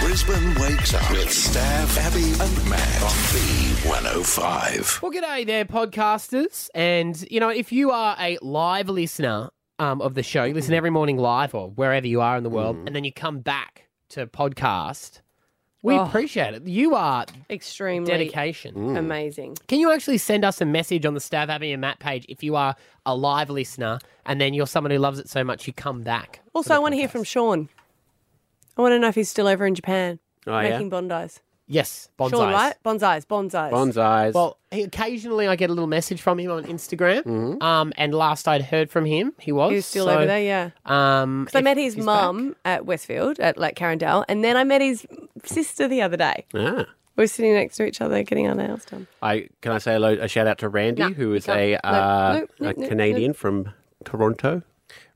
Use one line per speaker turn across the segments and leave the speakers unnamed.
Brisbane wakes up with Stav, Abby, and Matt on B105.
Well, g'day there, podcasters. And, you know, if you are a live listener um, of the show, you
Mm.
listen every morning live or wherever you are in the world, and then you come back to podcast, we
Oh.
appreciate it. You are
Extremely
dedication.
Mm.
amazing.
Can you actually send us a message on the Stav Abby and Matt page if you are a live listener and then you're someone who loves it so much you come back?
Also, I want to hear from Sean. I want to know if he's still over in Japan
Oh, yeah?
making bondis.
Yes, bonsais.
Sean, right? Bonsais, bonsais.
Bonsais.
Well, he, occasionally I get a little message from him on Instagram. Um, and last I'd heard from him, he was
Mm. he was still
so,
over there, yeah.
Um,
Because I
if
met his
he's
mum at Westfield at Lake Carindale, and then I met his sister the other day.
ah.
We were sitting next to each other getting our nails done.
I can I say hello, a shout out to Randy,
No,
who is
you
a,
can't. No,
uh,
no, no,
a
no,
Canadian from Toronto.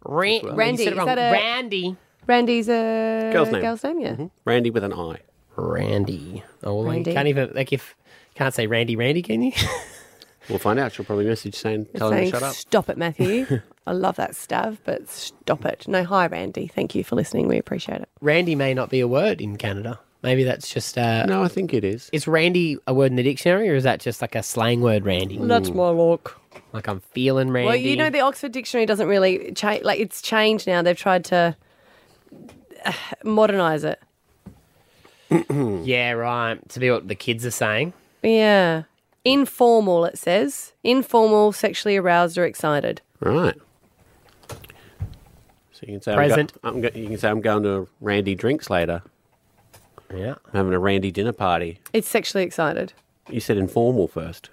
Ran-
Randy,
you
is
said it wrong.
that a-
Randy.
Randy's a
Girl's name.
Uh, girl's name, yeah.
Mm-hmm. Randy with an I.
Randy. Oh, well,
Randy.
you can't even like if can't say Randy, Randy, can you?
We'll find out. She'll probably message saying, tell him to
Saying,
shut up.
stop it, Matthew. I love that stuff, but stop it. No, hi, Randy. Thank you for listening. We appreciate it.
Randy may not be a word in Canada. Maybe that's just uh,
No, I think it is.
is Randy a word in the dictionary, or is that just like a slang word, Randy?
Mm. That's my look.
Like I'm feeling Randy.
Well, you know, the Oxford Dictionary doesn't really change. Like, it's changed now. They've tried to modernize it.
yeah, right. To be what the kids are saying.
Yeah. Informal, it says. Informal, sexually aroused or excited.
Right. So you can say,
Present.
I'm go- I'm go- you can say, I'm going to Randy drinks later.
Yeah.
I'm having a Randy dinner party.
It's sexually excited.
You said informal first.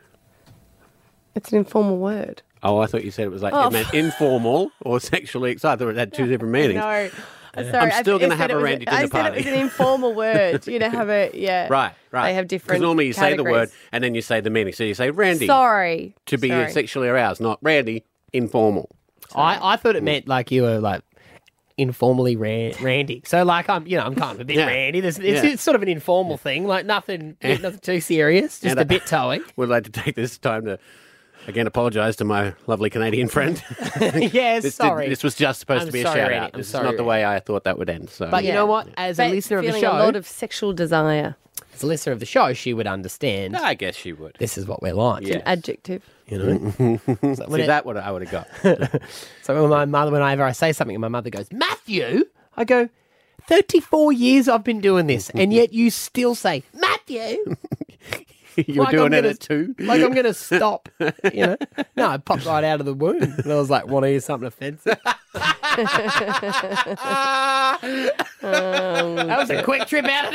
It's an informal word.
Oh, I thought you said it was like
Oh.
it meant informal or sexually excited. I thought it had two different meanings.
No. Uh, I'm Sorry,
I'm still
I- I
gonna
said
have
it
a
was
Randy
I
dinner
said it
party.
was an informal word. You know, have a, yeah.
Right, right.
They have different.
Because normally you say the word
categories.
and then you say the meaning. So you say Randy
Sorry.
to be
Sorry.
sexually aroused, not Randy informal.
I, I thought it meant like you were like informally ran- Randy. So like I'm you know I'm kind of a bit
Yeah.
Randy. There's, it's,
Yeah.
it's sort of an informal thing, like nothing nothing too serious, just
And
a
I-
bit towing.
Would like to take this time to again apologise to my lovely Canadian friend.
yeah,
this, did-
sorry.
this was just supposed
I'm
to be a
sorry,
shout
Randy.
out.
I'm
This
sorry,
is not the way I thought that would end. So
but you
Yeah.
know what? As a
But
listener of the
feeling
show,
a lot of sexual desire.
as a listener of the show, she would understand.
I guess she would.
This is what we're like.
Yeah.
Adjective.
You know. so,
See,
when it-
that would I would have got.
so when my mother, whenever I say something, and my mother goes, "Matthew," I go, 34 years I've been doing this, and yet you still say, "Matthew."
you were
Like
doing
I'm
it
gonna-
at two.
Like I'm going to stop, you know? No, I popped right out of the womb. And I was like, want to hear something offensive?
Um,
that was a quick trip out of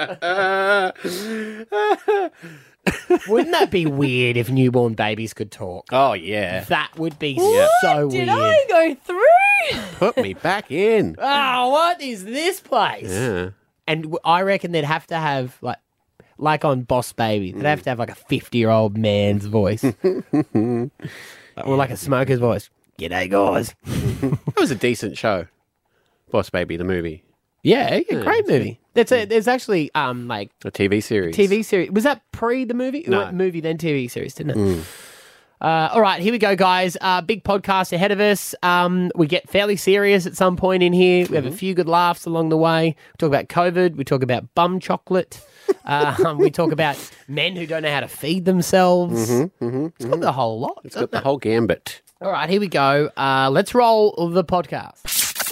there, wasn't it? Wouldn't that be weird if newborn babies could talk?
Oh yeah,
That would be
What
so
Did
weird.
I go through?
put me back in.
Oh, what is this place?
Yeah.
And w- I reckon they'd have to have like, like on Boss Baby, they'd have to have like a fifty-year-old man's voice, or like a smoker's voice. G'day, guys.
That was a decent show. Boss Baby, the movie,
Yeah, yeah, great movie. That's a, there's actually um like
a TV series.
TV series. Was that pre the movie? It
No.
went movie then TV series, didn't it?
Mm.
Uh, all right, here we go, guys. Uh, big podcast ahead of us. Um, we get fairly serious at some point in here. We have
Mm-hmm.
a few good laughs along the way. We talk about COVID. We talk about bum chocolate. um, we talk about men who don't know how to feed themselves. It's got the whole lot.
Mm. It's got the whole Mm-hmm, gambit.
All right, here we go. Uh, let's roll the podcast.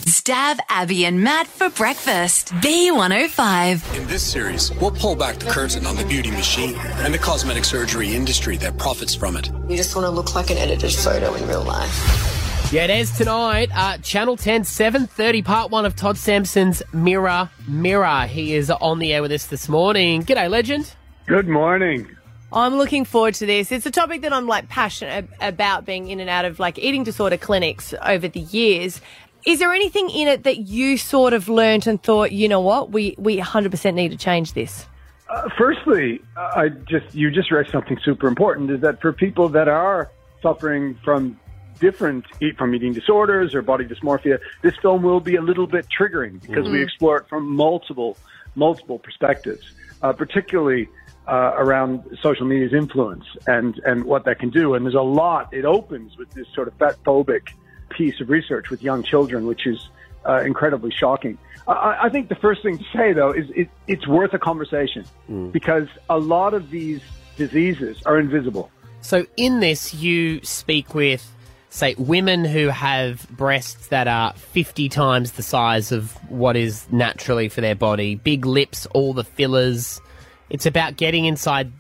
Stav, Abby, and Matt for breakfast. B105.
In this series, we'll pull back the curtain on the beauty machine and the cosmetic surgery industry that profits from it.
You just want to look like an edited photo in real life.
Yeah, it is tonight. Uh, Channel 10, 7.30, part one of Todd Sampson's Mirror, Mirror. He is on the air with us this morning. G'day, legend.
Good morning.
I'm looking forward to this. It's a topic that I'm like passionate ab- about being in and out of like eating disorder clinics over the years. Is there anything in it that you sort of learnt and thought, you know what, we we 100% need to change this?
Uh, Firstly, I just you just read something super important is that for people that are suffering from different eat from eating disorders or body dysmorphia, this film will be a little bit triggering because we explore it from multiple multiple perspectives, uh, particularly uh, around social media's influence and and what that can do. And there's a lot. It opens with this sort of fat phobic piece of research with young children, which is uh, incredibly shocking. I- I, I think the first thing to say, though, is it, it's worth a conversation because a lot of these diseases are invisible.
So in this, you speak with, say, women who have breasts that are 50 times the size of what is naturally for their body, big lips, all the fillers. It's about getting inside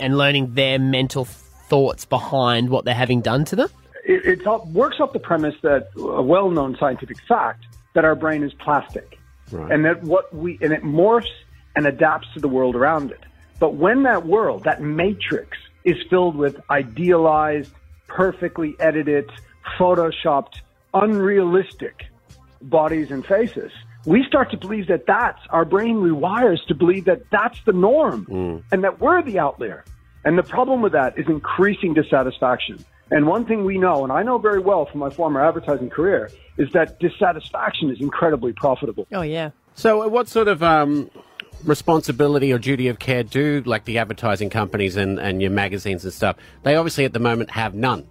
and learning their mental thoughts behind what they're having done to them.
It, it all, works off the premise that a well-known scientific fact that our brain is plastic, and that what we and it morphs and adapts to the world around it. But when that world, that matrix, is filled with idealized, perfectly edited, photoshopped, unrealistic bodies and faces, we start to believe that that's our brain rewires to believe that that's the norm
Mm.
and that we're the outlier. And the problem with that is increasing dissatisfaction. And one thing we know, and I know very well from my former advertising career, is that dissatisfaction is incredibly profitable.
Oh, yeah.
So, uh, what sort of um, responsibility or duty of care do like the advertising companies and, and your magazines and stuff? They obviously at the moment have none.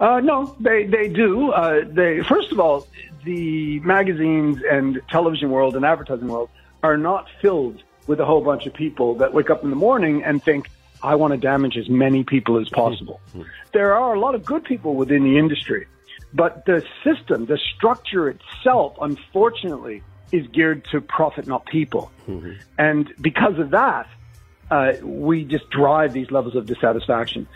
Uh, no, they they do. Uh, they first of all, the magazines and television world and advertising world are not filled with a whole bunch of people that wake up in the morning and think, "I want to damage as many people as possible." there are a lot of good people within the industry, but the system, the structure itself, unfortunately, is geared to profit, not people.
Mm-hmm.
And because of that, uh, we just drive these levels of dissatisfaction.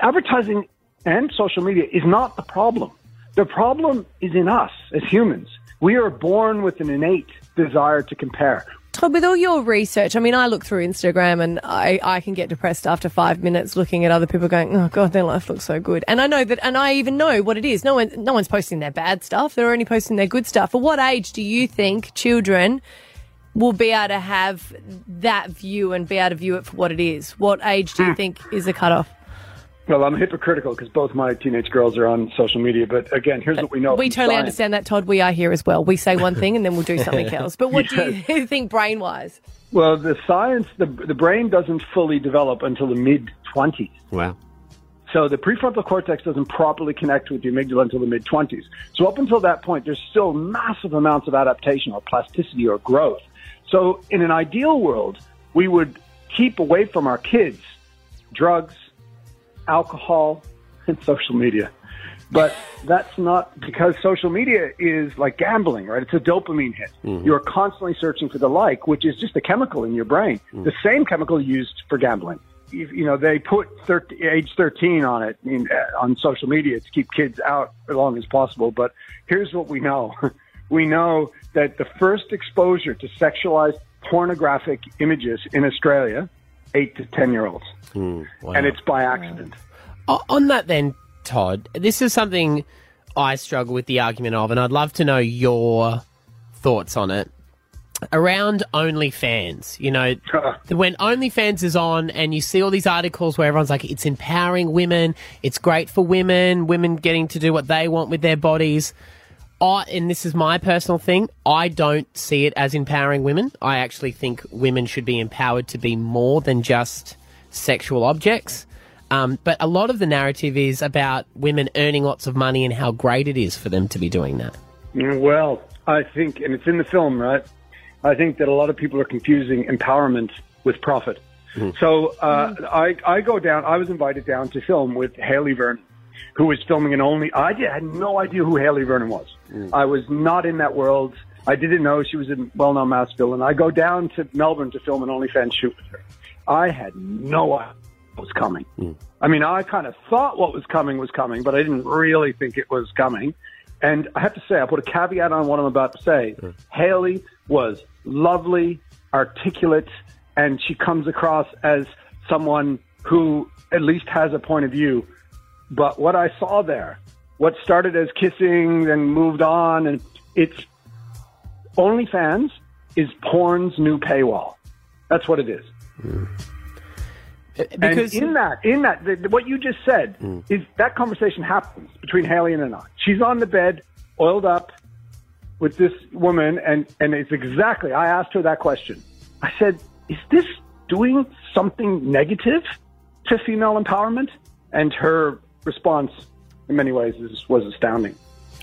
Advertising and social media is not the problem. The problem is in us as humans. We are born with an innate desire to compare.
Todd, with all your research, I mean, I look through Instagram and I, I can get depressed after five minutes looking at other people going, oh God, their life looks so good. And I know that, and I even know what it is. No one, no one's posting their bad stuff. They're only posting their good stuff. At what age do you think children will be able to have that view and be able to view it for what it is? What age do you think is the cutoff?
Well, I'm hypocritical because both my teenage girls are on social media. But again, here's what we know.
We
from
totally
science.
understand that, Todd. We are here as well. We say one thing and then we'll do something else. But what do you think brain wise?
Well, the science, the, the brain doesn't fully develop until the mid 20s.
Wow.
So the prefrontal cortex doesn't properly connect with the amygdala until the mid 20s. So up until that point, there's still massive amounts of adaptation or plasticity or growth. So in an ideal world, we would keep away from our kids drugs, alcohol, and social media. But that's not because social media is like gambling, right? It's a dopamine hit. You're constantly searching for the like, which is just a chemical in your brain, the same chemical used for gambling. You, you know, they put 13, age 13 on it in, uh, on social media to keep kids out as long as possible. But here's what we know we know that the first exposure to sexualized pornographic images in Australia, eight to 10 year olds. And it's by accident.
O- on that then, Todd, this is something I struggle with the argument of, and I'd love to know your thoughts on it. Around OnlyFans, you know, the- when OnlyFans is on and you see all these articles where everyone's like, it's empowering women, it's great for women, women getting to do what they want with their bodies. I, and this is my personal thing, I don't see it as empowering women. I actually think women should be empowered to be more than just sexual objects. Um, but a lot of the narrative is about women earning lots of money and how great it is for them to be doing that.
Well, I think, and it's in the film, right? I think that a lot of people are confusing empowerment with profit. So uh, I, I go down. I was invited down to film with Haley Vernon, who was filming an only. I did, had no idea who Haley Vernon was. I was not in that world. I didn't know she was a well-known mass villain. I go down to Melbourne to film an OnlyFans shoot with her. I had no idea what was coming.
Mm.
I mean, I kind of thought what was coming was coming, but I didn't really think it was coming. And I have to say, I put a caveat on what I'm about to say. Haley was lovely, articulate, and she comes across as someone who at least has a point of view. But what I saw there, what started as kissing, then moved on, and it's OnlyFans is porn's new paywall. That's what it is.
Because
and in that, in that, the, what you just said is that conversation happens between Haley and I. She's on the bed, oiled up, with this woman, and and it's exactly. I asked her that question. I said, "Is this doing something negative to female empowerment?" And her response, in many ways, is, was astounding.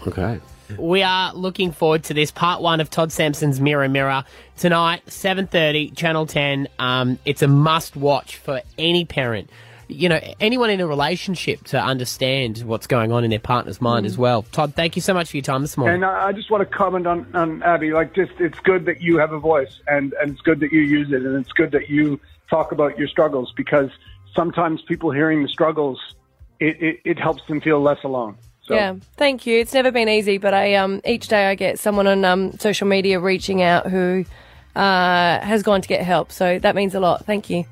Okay.
We are looking forward to this part one of Todd Sampson's Mirror Mirror tonight, seven thirty, Channel Ten. Um, it's a must watch for any parent, you know, anyone in a relationship to understand what's going on in their partner's mind as well. Todd, thank you so much for your time this morning.
And I, I just want to comment on, on Abby. Like, just it's good that you have a voice, and and it's good that you use it, and it's good that you talk about your struggles because sometimes people hearing the struggles, it it, it helps them feel less alone. So.
Yeah, thank you. It's never been easy, but I um each day I get someone on um social media reaching out who uh has gone to get help, so that means a lot. Thank you.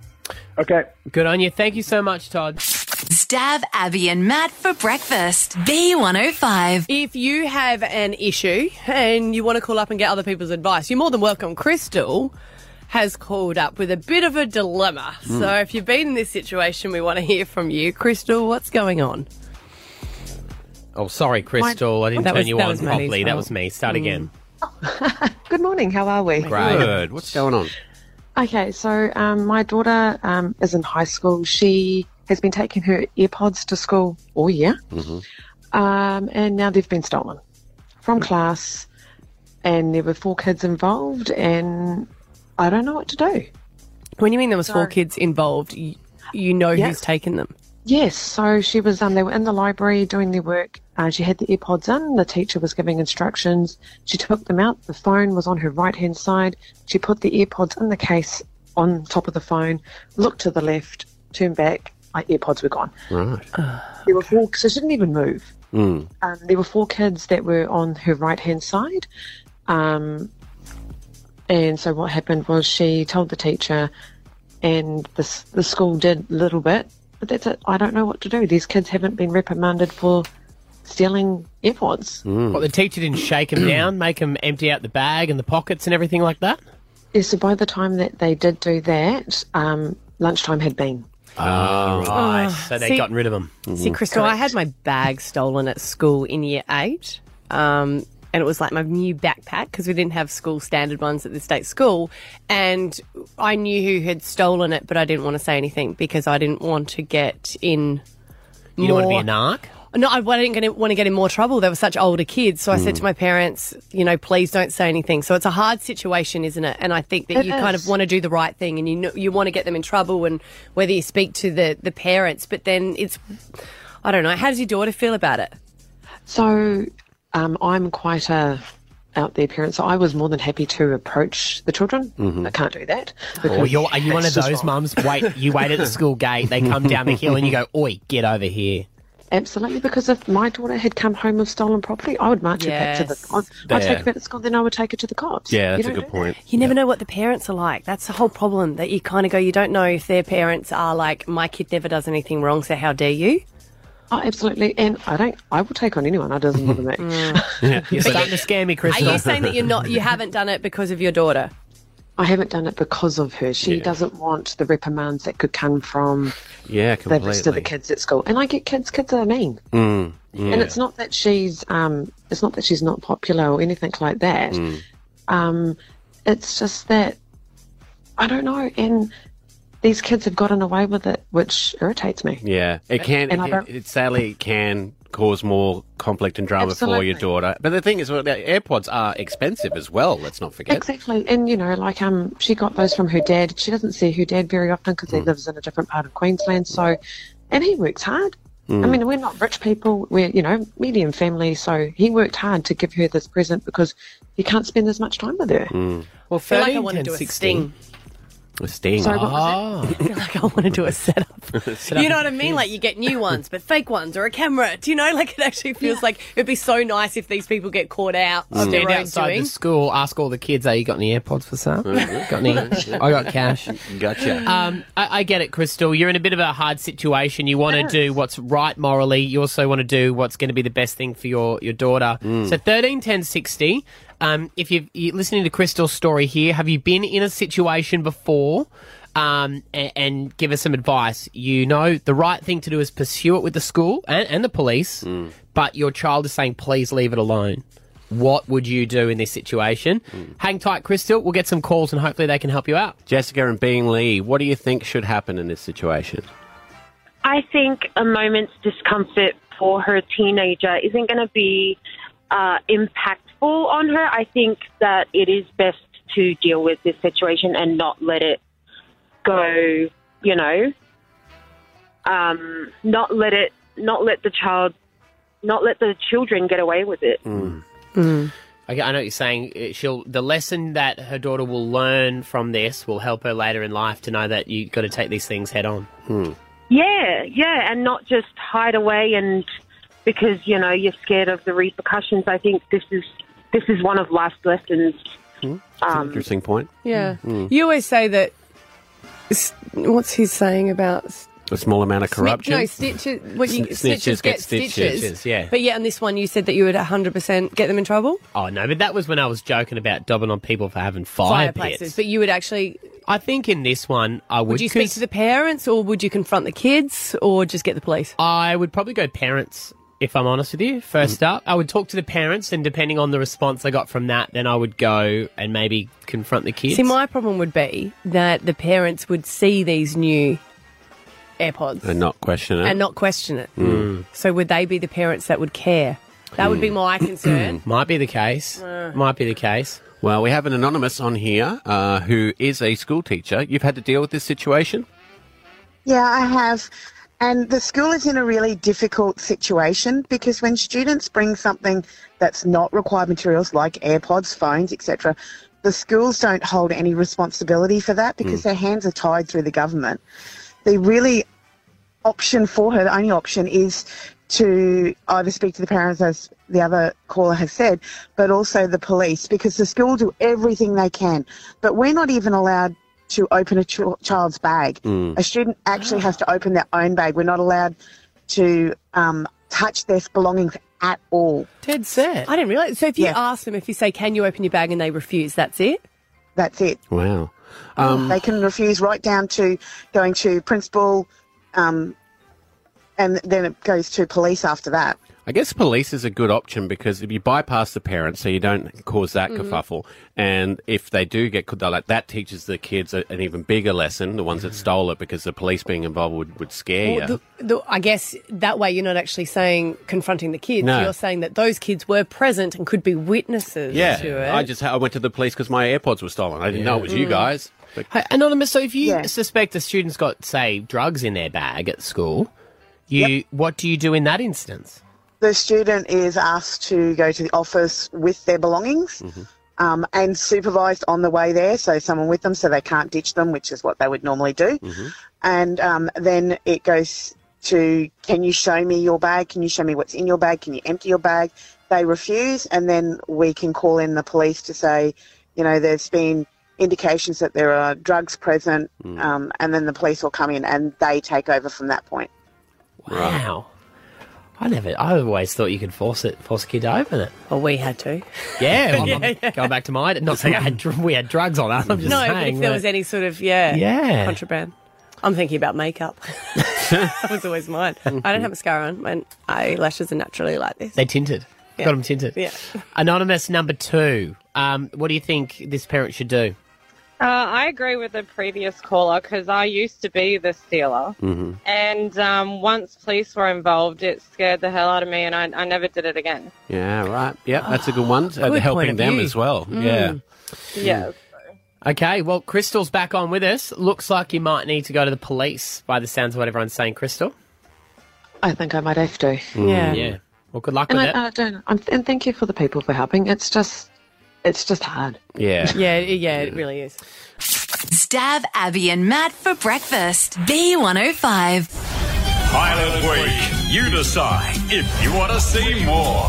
Okay.
Good on you. Thank you so much, Todd.
Stab Abby and Matt for breakfast. B105.
If you have an issue and you want to call up and get other people's advice, you're more than welcome. Crystal has called up with a bit of a dilemma. So if you've been in this situation, we want to hear from you. Crystal, what's going on?
Oh, sorry, Crystal, I didn't
That
turn
was-
you
that
on
was Maddie's
properly. That
fault.
was me. Oh. Start again.
Good morning. How are we?
Great.
Good. What's going on?
Okay, so um, my daughter um, is in high school. She has been taking her earpods to school all year, um, and now they've been stolen from class. And there were four kids involved, and I don't know what to do.
When you mean there was four kids involved, you, you know
Yeah.
who's taken them.
Yes, so she was. Um, they were in the library doing their work. Uh, she had the earpods in. The teacher was giving instructions. She took them out. The phone was on her right hand side. She put the earpods in the case on top of the phone. Looked to the left. Turned back. My earpods were gone.
Mm.
Right.
There were four, so she didn't even move.
Mm.
Um, there were four kids that were on her right hand side. Um, and so what happened was she told the teacher, and the, s- the school did a little bit, but that's it. I don't know what to do. These kids haven't been reprimanded for stealing AirPods.
What the teacher didn't shake him down, make him empty out the bag and the pockets and everything like that.
Yeah, so by the time that they did do that, um, lunchtime had been.
Ah, Right. so they'd
see-
gotten rid of him. Mm.
See, Crystal, I had my bag stolen at school in year eight. Um, and it was like my new backpack because we didn't have school standard ones at the state school. And I knew who had stolen it, but I didn't want to say anything because I didn't want to get in.
You don't want to be
more-
a narc.
No, I wasn't going to want to get in more trouble. They were such older kids. So I
Mm.
said to my parents, you know, please don't say anything. So it's a hard situation, isn't it? And I think that
It
you kind
is.
of want to do the right thing and you know, you want to get them in trouble and whether you speak to the, the parents, but then it's, I don't know. How does your daughter feel about it?
So um, I'm quite a out there parent, so I was more than happy to approach the children. I can't do that.
Or
because
Oh, you're, are you one of
it's just
those
wrong.
mums? Wait, you wait at the school gate. They come down the hill, and you go, "Oi, get over here!"
Absolutely, because if my daughter had come home with stolen property, I would march her back to
Yes.
the. I'd, I'd
Yeah.
take her back to school, then I would take her to the cops.
Yeah,
You
that's a
don't
good
do
point.
You never know what the parents are like. That's the whole problem that you kind of go, you don't know if their parents are like, my kid never does anything wrong. So how dare you?
that. Oh, absolutely, and I don't. I will take on anyone. That doesn't bother me.
You're starting to scare me,
Are
Crystal.
you saying that you're not, you haven't done it because of your daughter?
I haven't done it because of her. She doesn't want the reprimands that could come from
Yeah,
the
completely. Mm.
rest of the kids at school. And I get kids. Kids are mean. And it's not that she's um, it's not that she's not popular or anything like that.
Mm.
Um, it's just that I don't know. And these kids have gotten away with it, which irritates me.
Yeah, it can.
And I
It,
don't-
it sadly can cause more conflict and drama for your
Absolutely.
daughter. But the thing is, well, the AirPods are expensive as well. Let's not forget.
Exactly, and you know, like um, she got those from her dad. She doesn't see her dad very often because he lives in a different part of Queensland. So, and he works hard. I mean, we're not rich people. We're you know medium family. So he worked hard to give her this present because he can't spend as much time with her.
Mm. well,
I feel like I
13,
want to
10,
do a
16.
sting.
A sting. Ah.
Sorry, what was it?
I
Oh,
feel like I want to do a setup. you know what I mean? Like you get new ones, but fake ones or a camera. Do you know? Like it actually feels like it'd be so nice if these people get caught out of
Mm. stand
their own
outside
doing.
the school, ask all the kids, "Hey, you got any AirPods for sale? got any? I got cash."
Gotcha.
Um, I, I get it, Crystal. You're in a bit of a hard situation. You want to do what's right morally. You also want to do what's going to be the best thing for your, your daughter. So 13, 10, 60. Um, if you've, you're listening to Crystal's story here, have you been in a situation before? Um, and, and give us some advice. You know, the right thing to do is pursue it with the school and, and the police, but your child is saying, please leave it alone. What would you do in this situation? Hang tight, Crystal. We'll get some calls and hopefully they can help you out.
Jessica and Being Lee, what do you think should happen in this situation?
I think a moment's discomfort for her teenager isn't going to be uh, impactful on her, I think that it is best to deal with this situation and not let it go. You know, um, not let it, not let the child, not let the children get away with it.
Mm.
I, I know what you're saying. It- She'll the lesson that her daughter will learn from this will help her later in life to know that you've got to take these things head on.
Hmm.
Yeah, yeah, and not just hide away and because you know you're scared of the repercussions. I think this is this is one of life's lessons. Um,
Interesting point. Mm.
Yeah.
Mm.
You always say that. s- What's he saying about s-
A small amount of
sni-
corruption.
no stitches. What you,
Sn- snitches
snitches
get
get stitches.
stitches, yeah.
But yeah, on this one, you said that you would 100% get them in trouble.
Oh no, but that was when I was joking about dobbing on people for having fire,
Fireplaces.
pits.
But you would actually.
I think in this one I would.
Would you speak
'cause
to the parents, or would you confront the kids, or just get the police?
I would probably go parents. If I'm honest with you, first up, I would talk to the parents, and depending on the response I got from that, then I would go and maybe confront the kids.
See, my problem would be that the parents would see these new AirPods
and Hmm. not question it.
and not question it. So would they be the parents that would care? That would be
Hmm.
my concern.
Might be the case.
Uh.
Might be the case.
well, we have an anonymous on here uh, who is a school teacher. You've had to deal with this situation.
Yeah, I have. And the school is in a really difficult situation because when students bring something that's not required materials like AirPods, phones, etc., the schools don't hold any responsibility for that because their hands are tied through the government. The really option for her, the only option is to either speak to the parents, as the other caller has said, but also the police because the school do everything they can. But we're not even allowed to open a ch- child's bag. A student actually has to open their own bag. We're not allowed to um, touch their belongings at all.
Ted said.
I didn't realize. So if you
Yeah.
ask them, if you say, "Can you open your bag?" and they refuse, that's it.
That's it.
Wow. Um,
They can refuse right down to going to principal, um, and then it goes to police after that.
I guess police is a good option because if you bypass the parents, so you don't cause that
Mm-hmm.
kerfuffle, and if they do get caught, they're like that teaches the kids a, an even bigger lesson. The ones that stole it, because the police being involved would, would scare
Well,
you.
the, the, I guess that way you're not actually saying confronting the kids.
No.
You're saying that those kids were present and could be witnesses to it. Mm.
yeah, I just ha- I went to the police because my AirPods were stolen. I didn't know it was you guys. But
Mm. Hey, anonymous. So if you
Yeah.
suspect a student's got, say, drugs in their bag at school, you what do you do in that instance?
The student is asked to go to the office with their belongings.
Hmm.
Um, and supervised on the way there, so someone with them, so they can't ditch them, which is what they would normally do. And um, then it goes to, can you show me your bag? Can you show me what's in your bag? Can you empty your bag? They refuse, and then we can call in the police to say, you know, there's been indications that there are drugs present, um, and then the police will come in and they take over from that point.
Wow. I never. I always thought you could force it, force a kid to open it.
Well, we had to.
Yeah, well, I'm- going back to my. Not saying I had, dr- we had drugs on us. I'm just
No,
saying.
but if there
that-
was any sort of yeah,
Yeah.
contraband. I'm thinking about makeup. that was always mine. I don't have mascara on. My eyelashes are naturally like this.
they tinted. Got them tinted.
Yeah.
Anonymous number two. Um, what do you think this parent should do?
Uh, I agree with the previous caller because I used to be the stealer. And um, once police were involved, it scared the hell out of me and I, I never did it again.
yeah, right. Yep, that's a good one. Uh,
point
helping
of
them
view.
as well.
Mm.
Yeah.
Yeah.
Hmm. Okay, well, Crystal's back on with us. Looks like you might need to go to the police by the sounds of what everyone's saying, Crystal.
I think I might have to.
yeah.
Hmm. Mm. Yeah. Well, good luck
And
with it.
I, uh, I don't. I'm, and thank you for the people for helping. It's just, it's just hard.
Yeah.
Yeah, it- yeah, it really is.
Stab Abby and Matt for breakfast. B105.
Pilot Week. You decide if you want to see more.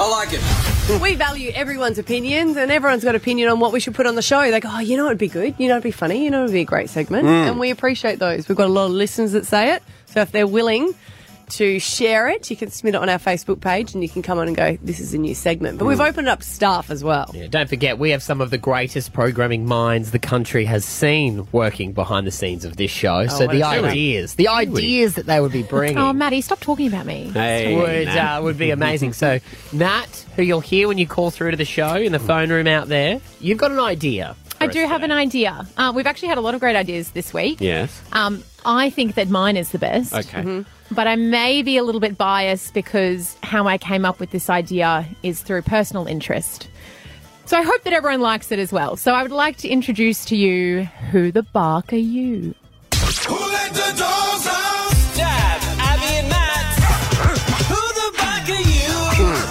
I like it.
We value everyone's opinions, and everyone's got opinion on what we should put on the show. They go, "Oh, you know, it'd be good. You know, it'd be funny. You know, it'd be a great segment."
Mm.
And we appreciate those. We've got a lot of listeners that say it. So if they're willing to share it, you can submit it on our Facebook page, and you can come on and go, "This is a new segment." But we've
Mm.
opened up staff as well.
Yeah, don't forget, we have some of the greatest programming minds the country has seen working behind the scenes of this show. so
what a
the
shame.
ideas, the ideas that they would be bringing
Maddie, stop talking about me.
Hey,
would
nah.
uh, would be amazing. so Nat, who you'll hear when you call through to the show in the phone room out there, you've got an idea.
I do have an idea. Uh, we've actually had a lot of great ideas this week.
yes.
Um, I think that mine is the best.
Okay.
Mm-hmm.
but I may be a little bit biased because how I came up with this idea is through personal interest. So I hope that everyone likes it as well. So I would like to introduce to you Who the Bark Are You?
Dad, Abby and Matt. Who the fuck are you?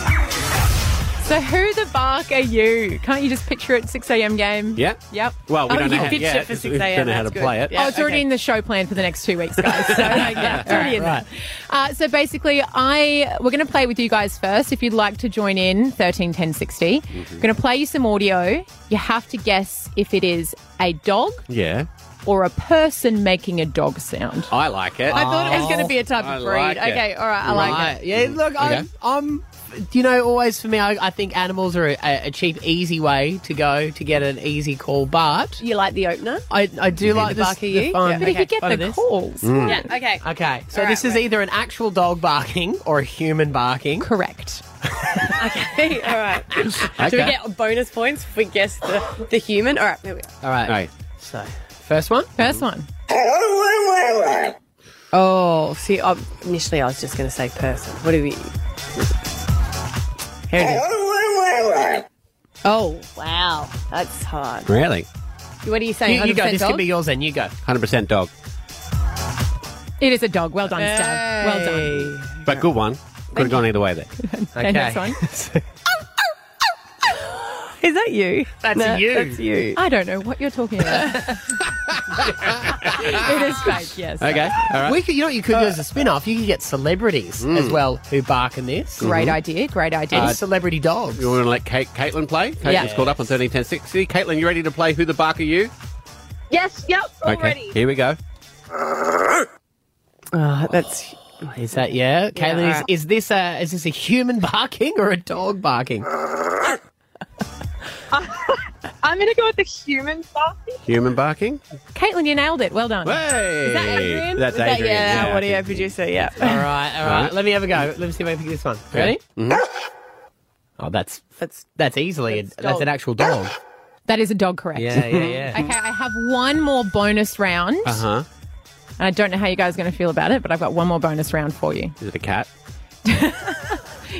So Who the Bark Are You? Can't you just picture it 6 a.m. game?
Yeah.
Yep.
Well, we
Oh,
don't
you
know how,
pitched
yeah,
it for
we
6
don't
a.m.
know how to
That's
play
good.
it.
Oh, it's already in the show plan for the next two weeks, guys. So, yeah, it's already in there. Uh, so basically, I we're going to play with you guys first. If you'd like to join in, thirteen ten sixty.
Mm-hmm.
We're going to play you some audio. You have to guess if it is a dog
Yeah.
or a person making a dog sound.
I like it.
I thought it was going to be a type
Oh,
I
of breed.
like it.
okay, all right, I like
Right.
it.
Yeah, look, I,
Mm-hmm. Okay.
I'm. You know, always for me, I, I think animals are a, a cheap, easy way to go to get an easy call. But
you like the opener?
I, I do
You
Mm-hmm.
like
the
this,
bark of
the
you?
fun.
Yeah. But if you get
fun
the
of this.
calls.
Mm. Yeah, okay.
Okay. So
All
this
right,
is either an actual dog barking or a human barking.
Correct.
Okay, all right. Do we
Okay.
get bonus points if we guess the, the human? All right, there we go.
All right. So first one.
First one.
Oh, see, I, initially I was just going to say person. What do we? Oh, wow. That's hard.
Oh. Really?
What are you
You, you go. This could be yours. Then you go.
100% dog.
It is a dog. Well done, Stab. Well done.
But good one. Could have gone either way there.
Okay, next one.
Is that you?
That's
you.
That's you.
I don't know what you're talking about. it is fake, yes.
Okay. All right. Mm.
We could, you know what you could do as a spin off? You could get celebrities as well who bark in this.
Mm-hmm.
Great idea. Great idea.
And celebrity dogs.
You want to let Kate, Caitlin play? Caitlin's
Yeah.
called up on 131060. Caitlin, you ready to play Who the Bark Are You?
Yes, yep,
okay. Here we go.
Oh, that's.
Is that yeah, Caitlin?
alright.
Is, is this a is this a human barking or a dog barking?
I'm going to go with the human part.
Human barking?
Caitlin, you nailed it. Well done.
Hey.
Is that Adrian?
That's
Was that-
Adrian.
yeah,
I
what do you-
think-
Yeah, producer, yeah.
All right, all right.
Right.
Let me have a go. Let me see if I can pick this one.
Yeah.
Ready?
Mhm.
Mm-hmm. Oh, that's that's that's easily that's,
dog.
an actual dog.
That is a dog, correct?
Yeah, yeah, yeah. Uh-huh.
okay, I have one more bonus round.
Uh huh.
And I don't know how you guys are going to feel about it, but I've got one more bonus round for you.
Is it a cat?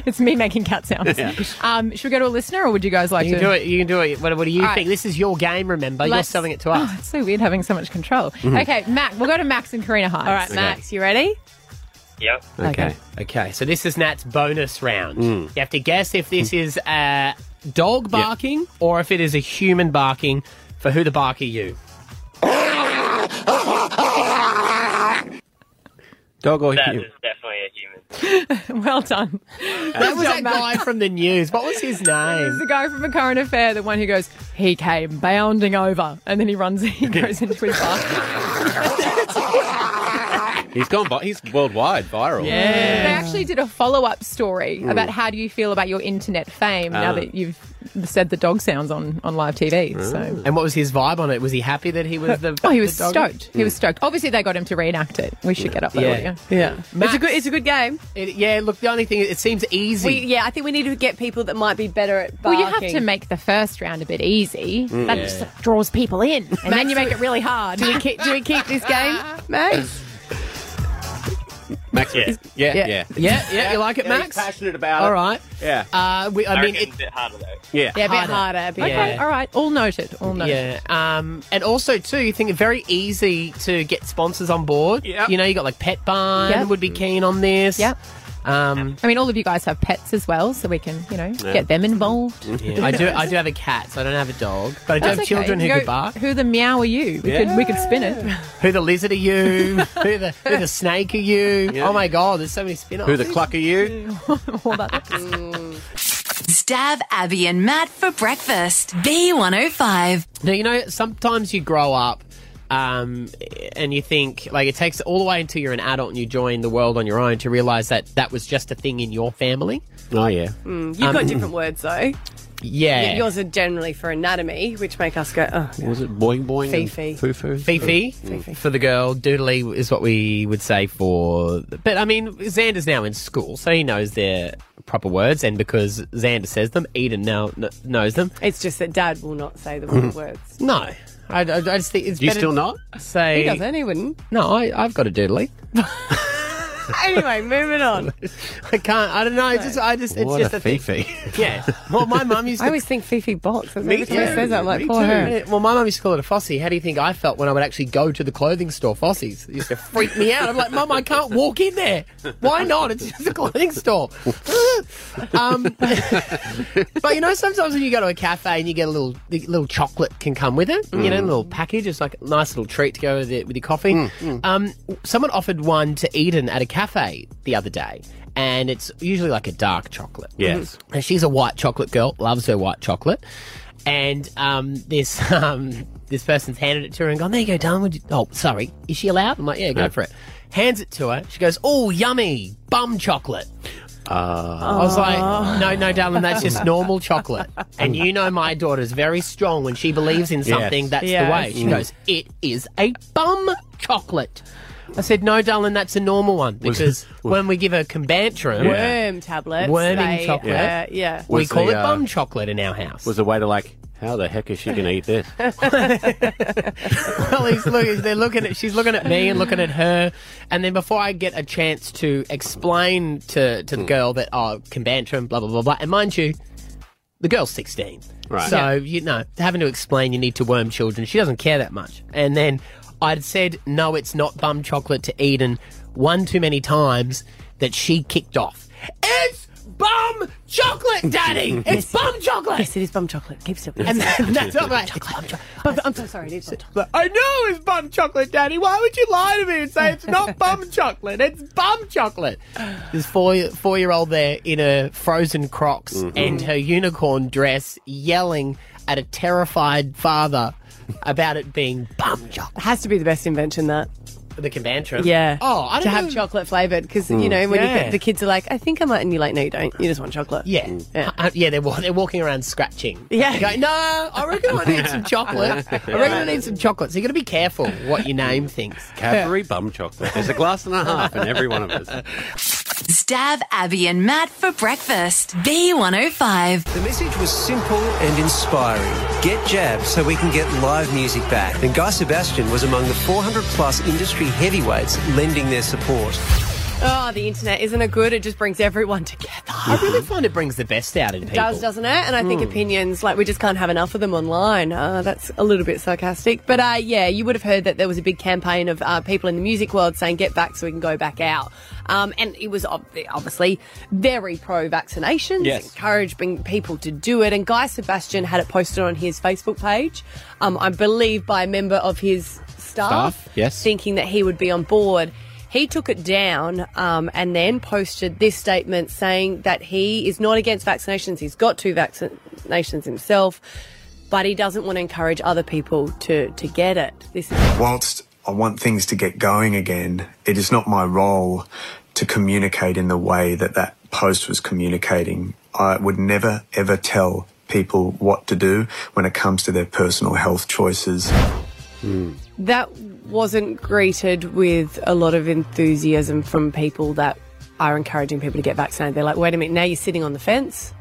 It's me making cat sounds.
Yeah.
Um, should we go to a listener, or would you guys like
You
to
can do it. You can do it. What, what do you
All right.
think? This is your game. Remember, you're
Let's-
selling it to us.
Oh, it's so weird having so much control.
Mhm.
Okay, Mac, we'll go to Max and Karina Hines.
All right, Okay. Max,
you ready?
Yep.
Okay.
Okay. Mm. So this is Nat's bonus round. You have to guess if this is a dog barking or if it is a human barking. For who the bark are you?
Dog or
That
human?
is definitely a human.
well done.
That was that guy from the news. What was his
It was
name?
the guy from A Current Affair, the one who goes, he came bounding over, and then he runs, he goes into his bar.
He's gone. Vi- he's worldwide viral.
They actually did a follow up story
Mm.
about how do you feel about your internet fame
Ah.
now that you've said the dog sounds on, on live TV.
Mm.
So.
And what was his vibe on it? Was he happy that Ah. he was the?
Oh, he was
the dog? Hmm.
stoked.
Mm.
He was stoked. Obviously, they got him to reenact it. We should get up that
Yeah.
audio.
Yeah.
It's a good. It's a good game.
It, yeah. Look, the only thing it seems easy.
We, yeah, I think we need to get people that might be better at.
Well,
Barking.
you have to make the first round a bit easy.
Mm.
That
Yeah.
just draws people in, and then you
Max,
make it really hard.
Do we keep? Do we keep this game, Max?
Max. Yeah. Yeah. Yeah. Yeah.
Yeah, yeah, you like it,
Yeah, he's
Max?
passionate about it.
All right.
Yeah.
Uh, we, I mean,
reckon
it,
a bit harder though.
Yeah.
Yeah, a bit harder.
a bit-
okay,
yeah.
all right. All noted. All noted.
Yeah, um, and also too, you think it very easy to get sponsors on board.
Yep.
you know, you got like Pet Barn
Yep.
would be keen on this.
Yep.
Um,
I mean, all of you guys have pets as well, so we can, you know,
Yeah.
get them involved.
yeah, I do. I do have a cat, so I don't have a dog, but I do
That's
have children
okay.
who
You
could
go,
bark.
Who the meow are you? We could we could spin it.
Who the lizard are you? who the who the snake are you? Oh my god, there's so many spin-offs.
Who the cluck are you?
Mm.
Stab Abby and Matt for breakfast. B105.
Now you know sometimes you grow up. Um, and you think like it takes all the way until you're an adult and you join the world on your own to realize that that was just a thing in your family.
Oh yeah,
Mm, you've got
Um,
different words though.
yeah.
Y- Yours are generally for anatomy, which make us go, oh.
Was it boing boing? and
Fifi.
Fufu.
Fifi for the girl, doodly is what we would say for. But I mean, Xander's now in school, so he knows their proper words, and because Xander says them, Eden now kn- knows them.
It's just that Dad will not say the wrong words.
No, I, I, I just think it's.
You
better
still not?
say
He doesn't. He wouldn't.
No, I, I've got a doodly.
anyway, moving on.
I can't. I don't know. It's just, I just, it's
what
just
a
a thing.
fifi.
Yeah. Well, my mum used to.
I always think Fifi box.
Me
Every time I
too.
says that, I'm like,
Me
poor
too.
her.
Well, my mum used to call it a fossy. How do you think I felt when I would actually go to the clothing store, Fossies? It used to freak me out. I'm like, Mum, I can't walk in there. Why not? It's just a clothing store. um, but you know, sometimes when you go to a cafe and you get a little the little chocolate can come with it, you know, a
Mm.
little package. It's like a nice little treat to go with, it, with your coffee. Um, someone offered one to Eden at a cafe the other day. And it's usually like a dark chocolate.
Yes.
And she's a white chocolate girl, loves her white chocolate. And um, this um, this person's handed it to her and gone, there you go, darling. Would you... Oh, sorry. Is she allowed? I'm like, yeah, go
Yeah.
for it. Hands it to her. She goes, oh, yummy, bum chocolate. I was like, no, no, darling, that's just normal chocolate. And you know my daughter's very strong when she believes in
Yes.
something, that's
Yes.
the way. She
Mm.
goes, it is a bum chocolate. I said, no, darling, that's a normal one
Was-
because when we give her combantrum,
Worm tablets.
Worming
they,
chocolate.
Uh, yeah.
we
Was
call
the,
it
uh,
bum chocolate in our house.
Was the waiter like, how the heck is she going to eat this?
well, he's looking, they're looking at, she's looking at me and looking at her. And then before I get a chance to explain to, to the girl that, oh, combantrum, blah, blah, blah, blah. And mind you, the girl's 16.
Right.
So,
Yeah.
you know, having to explain you need to worm children, she doesn't care that much. And then I'd said, no, it's not bum chocolate to Eden one too many times that she kicked off. It's bum chocolate, Daddy! It's bum chocolate! Yes,
it is bum chocolate. Keep still.
And then, that's not right.
But I'm so sorry. It is bum chocolate.
But I know it's bum chocolate, Daddy. Why would you lie to me and say it's not bum chocolate? It's bum chocolate. There's four four year old there in a frozen Crocs
Mhm.
and her unicorn dress, yelling at a terrified father about it being bum chocolate.
It has to be the best invention that.
The Cabantrum.
Yeah.
Oh, I don't
to have
know.
chocolate flavored because
Mm.
you know when
Yeah.
you, the kids are like, I think I might, and you're like, no, you don't. You just want chocolate.
Yeah. Yeah, uh, yeah they're, wa- they're walking around scratching.
Yeah.
Going, no, I reckon I need some chocolate. I reckon I need some chocolate. So you got to be careful what you name things.
Cadbury bum chocolate. There's a glass and a half in every one of us.
Stab Abby and Matt for breakfast. B105.
The message was simple and inspiring. Get Jab so we can get live music back. And Guy Sebastian was among the 400 plus industry heavyweights lending their support.
Oh, the internet isn't it good? It just brings everyone together.
I really find it brings the best out in
It
people.
does, doesn't it? And I think
Mm.
opinions, like, we just can't have enough of them online. Uh, that's a little bit sarcastic. But uh, yeah, you would have heard that there was a big campaign of uh, people in the music world saying, get back so we can go back out. Um, and it was ob- obviously very pro vaccinations,
Yes.
encouraging people to do it. And Guy Sebastian had it posted on his Facebook page, um, I believe by a member of his staff
Staff, yes.
thinking that he would be on board. He took it down um, and then posted this statement saying that he is not against vaccinations. He's got two vaccinations himself, but he doesn't want to encourage other people to, to get it. This is
Whilst I want things to get going again, it is not my role to communicate in the way that that post was communicating. I would never, ever tell people what to do when it comes to their personal health choices.
that wasn't greeted with a lot of enthusiasm from people that are encouraging people to get vaccinated. They're like, wait a minute, now you're sitting on the fence.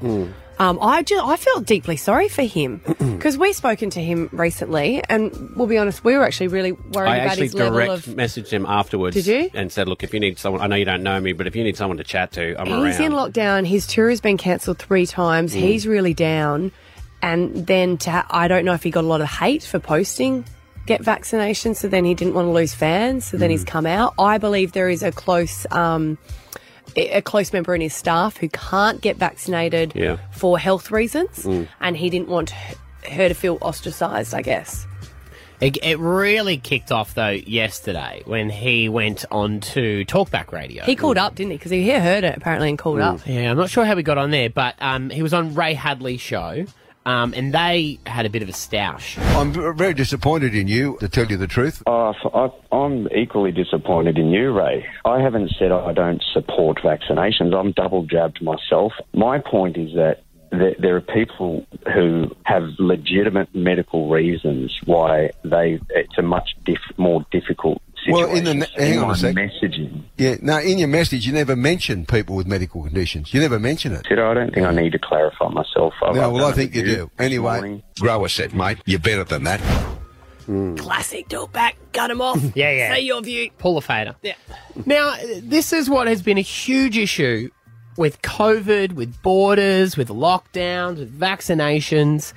Um, I ju- I felt deeply sorry for him because we've spoken to him recently, and we'll be honest, we were actually really worried
I
about
actually
his level
direct
of.
messaged him afterwards.
Did you?
And said, look, if you need someone, I know you don't know me, but if you need someone to chat to, I'm
He's
around.
in lockdown. His tour has been cancelled three times.
Mm.
He's really down, and then to ha- I don't know if he got a lot of hate for posting get vaccination. So then he didn't want to lose fans. So then he's
Mm.
come out. I believe there is a close. Um, a a close member in his staff who can't get vaccinated
Yeah.
for health reasons,
Mm.
and he didn't want h- her to feel ostracised. I guess.
It, it really kicked off though yesterday when he went on to Talkback Radio. Mm.
He called up, didn't he? Because he heard it apparently and called up.
Yeah, I'm not sure how we got on there, but um, he was on Ray Hadley's show, um, and they had a bit of a stoush.
I'm very disappointed in you, to tell you the truth.
Oh, I, I'm equally disappointed in you, Ray. I haven't said I don't support vaccinations. I'm double jabbed myself. My point is that th- there are people who have legitimate medical reasons why they it's a much diff- more difficult situation.
Well, in the ne- hang on a
my
sec.
messaging.
Yeah, now in your message, you never mention people with medical conditions. You never mention it.
Did I I don't think I need to clarify myself. I've-
No,
I've
well, I
done it
think you
with
do. Anyway, grower said, mate, you're better than that.
Classic, do it back, gun him off.
Yeah, yeah.
Say your view.
Pull a fader.
Yeah.
Now, this is what has been a huge issue with COVID, with borders, with lockdowns, with vaccinations.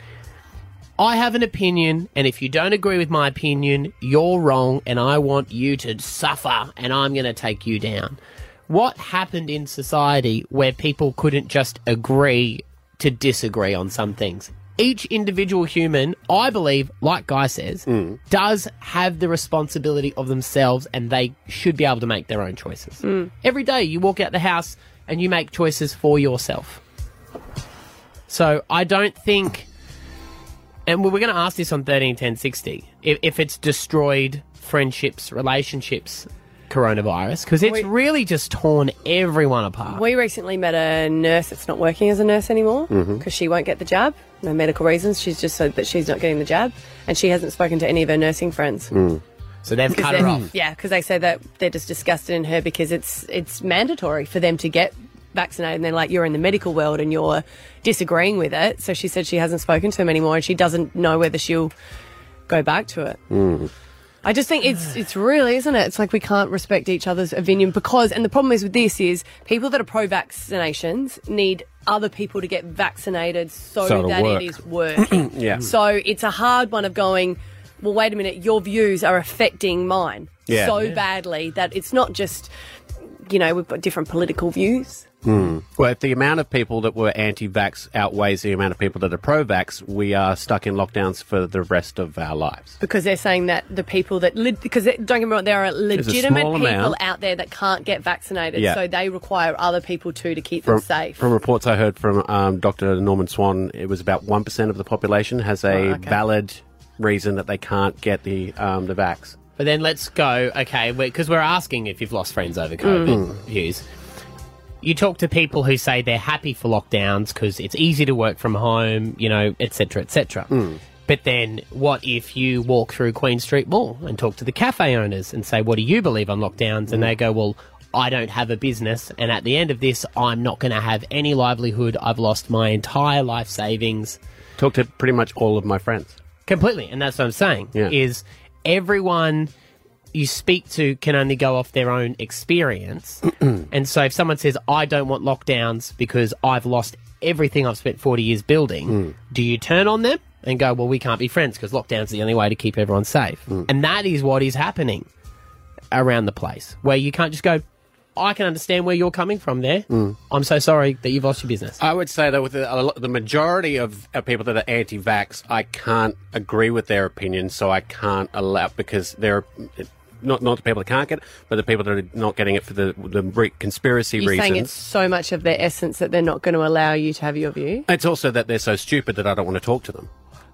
I have an opinion, and if you don't agree with my opinion, you're wrong, and I want you to suffer, and I'm going to take you down. What happened in society where people couldn't just agree to disagree on some things? Each individual human, I believe, like Guy says, does have the responsibility of themselves and they should be able to make their own choices.
Mm.
Every day you walk out the house and you make choices for yourself. So I don't think, and we're going to ask this on thirteen ten sixty. If, if it's destroyed friendships, relationships, coronavirus, because it's really just torn everyone apart.
We recently met a nurse that's not working as a nurse anymore because
Mhm.
she won't get the jab. No medical reasons. She's just said that she's not getting the jab, and she hasn't spoken to any of her nursing friends.
So they've
'Cause
cut her
they're-
off.
Yeah, because they say that they're just disgusted in her because it's it's mandatory for them to get vaccinated, and they're like, you're in the medical world and you're disagreeing with it. So she said she hasn't spoken to them anymore, and she doesn't know whether she'll go back to it.
Mm.
I just think it's it's really, isn't it? It's like we can't respect each other's opinion because, and the problem is with this is people that are pro vaccinations need other people to get vaccinated so,
So it'll
that
work.
it is working.
Yeah.
So it's a hard one of going. Well, wait a minute. Your views are affecting mine
Yeah.
so
Yeah.
badly that it's not just, you know, we've got different political views.
Well, if the amount of people that were anti-vax outweighs the amount of people that are pro-vax, we are stuck in lockdowns for the rest of our lives.
because they're saying that the people that li- because it- don't get me wrong, there are
There's a
legitimate
small
people
amount.
out there that can't get vaccinated,
Yeah.
so they require other people too to keep
From,
them safe.
from reports I heard from um, Dr. Norman Swan, it was about one percent of the population has a
Oh, okay.
valid reason that they can't get the um, the vax.
But then let's go, okay, because we're, asking if you've lost friends over
Mm.
COVID, Hughes. You talk to people who say they're happy for lockdowns because it's easy to work from home, you know, etc., etc.
Mm.
But then what if you walk through Queen Street Mall and talk to the cafe owners and say, what do you believe on lockdowns? And they go, well, I don't have a business. And at the end of this, I'm not going to have any livelihood. I've lost my entire life savings.
Talk to pretty much all of my friends.
Completely. And that's what I'm saying
Yeah.
is everyone you speak to can only go off their own experience. and so if someone says, I don't want lockdowns because I've lost everything I've spent 40 years building,
Hmm.
do you turn on them and go, well, we can't be friends because lockdown's the only way to keep everyone safe?
Hmm.
And that is what is happening around the place where you can't just go, I can understand where you're coming from there.
Hmm.
I'm so sorry that you've lost your business.
I would say that with the, a lo- the majority of uh, people that are anti-vax, I can't agree with their opinion, so I can't allow because they're not not the people that can't get, it, but the people that are not getting it for the the re- conspiracy
You're
reasons.
saying it's so much of their essence that they're not going to allow you to have your view.
It's also that they're so stupid that I don't want to talk to them.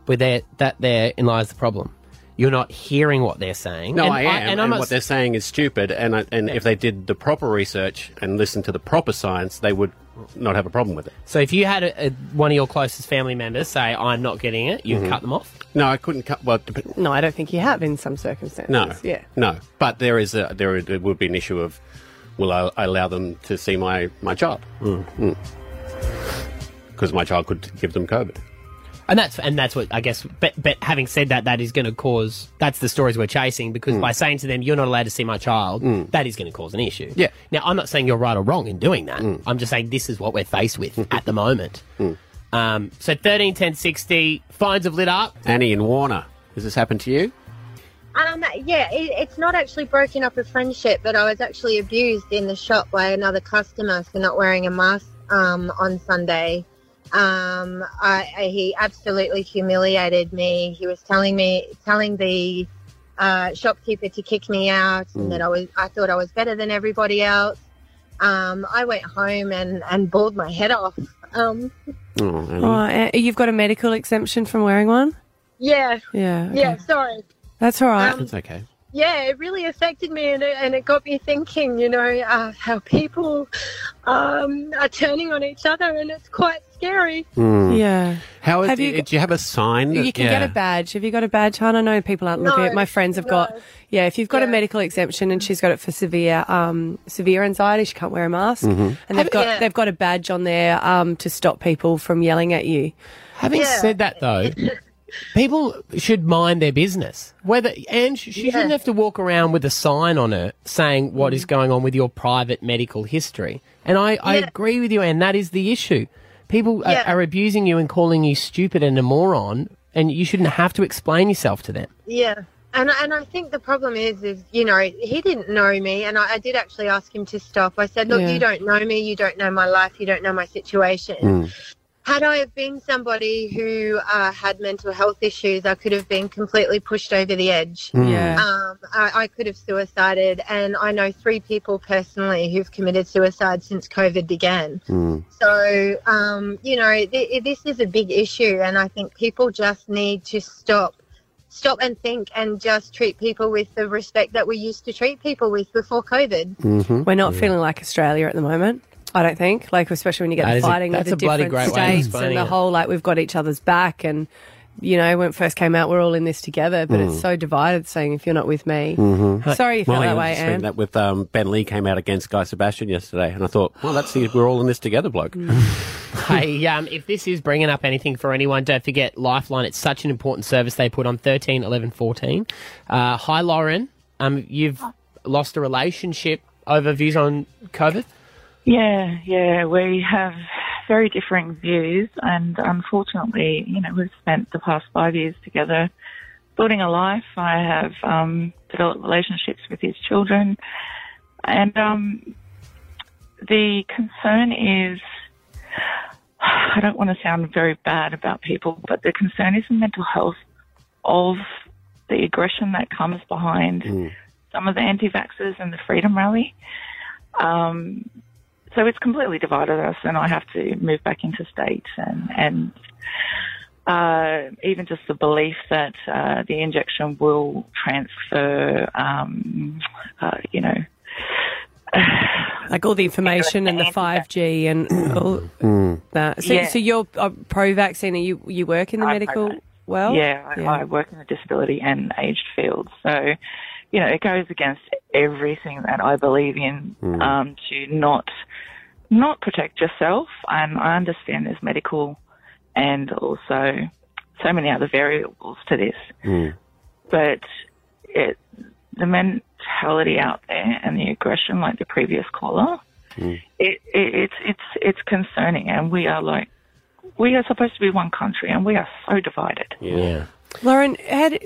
But there, that therein lies the problem. You're not hearing what they're saying.
No,
And
I am, and,
I'm not
what they're saying is stupid. And I, and if they did the proper research and listened to the proper science, they would not have a problem with it.
So if you had a, a, one of your closest family members say, "I'm not getting it," you
Mhm.
cut them off.
No, I couldn't cut. Well, dep-
No, I don't think you have in some circumstances.
no,
Yeah.
no. But there is a there, there would be an issue of will I allow them to see my my child because my child could give them COVID.
And that's and that's what I guess. But but having said that, that is going to cause that's the stories we're chasing
Mm.
because by saying to them, "You're not allowed to see my child," that is going to cause an issue. Yeah. Now I'm not saying you're right or wrong in doing that.
Mm.
I'm just saying this is what we're faced with at the moment. Um, so thirteen ten sixty phones have lit up.
Annie and Warner, has this happened to you?
Um, yeah, it, it's not actually broken up a friendship, but I was actually abused in the shop by another customer for not wearing a mask um, on Sunday. Um, I, I, he absolutely humiliated me. He was telling me, telling the uh, shopkeeper to kick me out, and that I was, I thought I was better than everybody else. Um, I went home and and bawled my head off. Um,
Mm.
Oh, uh, you've got a medical exemption from wearing one.
yeah,
Yeah. okay.
yeah. Sorry.
That's all right.
That's
okay.
yeah, it really affected me, and it, and it got me thinking. You know uh, how people um, are turning on each other, and it's quite scary.
Yeah.
Mm. How is
Have
have
you
do you have a sign?
You
that-
can get a badge. Have you got a badge, hon? I know people aren't looking
No,
at my friends have got yeah, if you've got a medical exemption and she's got it for severe um severe anxiety, she can't wear a mask.
Mm-hmm.
Mhm.
And they've
Have-
got
yeah.
they've got a badge on there um to stop people from yelling at you.
Having said that, though, People should mind their business. Whether and she she shouldn't have to walk around with a sign on her saying what is going on with your private medical history. And I, I
Yeah.
agree with you, and that is the issue. People are,
Yeah.
are abusing you and calling you stupid and a moron, and you shouldn't have to explain yourself to them.
Yeah. And, and I think the problem is, is, you know, he didn't know me. And I, I did actually ask him to stop. I said, look,
Yeah.
you don't know me. You don't know my life. You don't know my situation.
Mm.
Had I have been somebody who uh, had mental health issues, I could have been completely pushed over the edge.
Mm. Yeah.
Um, I, I could have suicided. And I know three people personally who've committed suicide since COVID began. So, um, you know, th- this is a big issue, and I think people just need to stop, stop and think, and just treat people with the respect that we used to treat people with before COVID.
We're not
Yeah.
feeling like Australia at the moment. I don't think, like especially when you get
That
the
is a-
fighting with
that's
the
a bloody
different
great way of
states and
explaining
the
it.
whole like we've got each other's back and you know when it first came out we're all in this together, but it's
Mm. Mm-hmm.
so divided. Saying if you're not with me, sorry you felt
Molly,
that
I
way,
was just reading
Anne.
That with um, Ben Lee came out against Guy Sebastian yesterday, and I thought, well, that's the, we're all in this together, bloke.
Mm.
hey, um, if this is bringing up anything for anyone, don't forget Lifeline. It's such an important service they put on 13, 11, 14. Uh, hi, Lauren. Um, you've lost a relationship over views on COVID.
Yeah, yeah, we have very differing views, and unfortunately, you know, we've spent the past five years together building a life. I have um, developed relationships with his children, and um, the concern is I don't want to sound very bad about people, but the concern is the mental health of the aggression that comes behind
Mm.
some of the anti vaxxers and the freedom rally. Um, so it's completely divided us, and I have to move back into state and and uh, even just the belief that uh, the injection will transfer, um, uh, you know,
Like all the information and the five G and all that. So,
Yeah.
so you're uh, pro vaccine. Are you you work in the
I'm
medical
pro-vax.
world?
yeah, I, I work in the disability and aged field, so you know it goes against everything that I believe in um, to not not protect yourself. And I understand there's medical and also so many other variables to this,
Mm.
but it the mentality out there and the aggression, like the previous caller,
Mm.
it, it it's it's it's concerning, and we are like. We are supposed to be one country, and we are so divided.
Yeah.
Lauren, had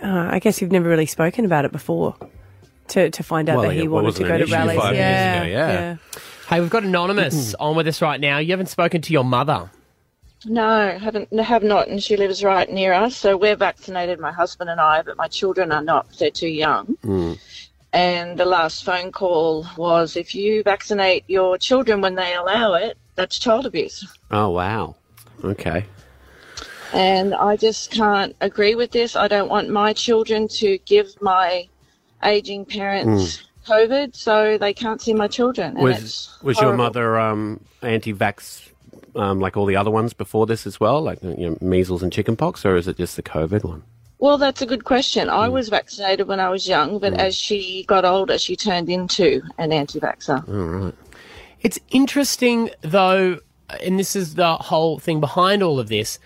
uh, I guess you've never really spoken about it before to to find out
Well,
that
yeah,
he
what
wanted to
wasn't
go
an
to
issue
rallies.
five years
yeah,
ago, yeah. Mm-hmm. Hey, we've got Anonymous on with us right now. You haven't spoken to your mother.
No, haven't have not, and she lives right near us. So we're vaccinated, my husband and I, but my children are not. They're too young. And the last phone call was, if you vaccinate your children when they allow it, that's child abuse.
Oh wow. Okay.
And I just can't agree with this. I don't want my children to give my aging parents COVID, so they can't see my children. And
Was
it's
was your
horrible.
mother um, anti-vax um, like all the other ones before this as well, like you know, measles and chickenpox, or is it just the COVID one?
Well, that's a good question. I was vaccinated when I was young, but as she got older, she turned into an anti vaxxer.
All right.
It's interesting, though, and this is the whole thing behind all of this,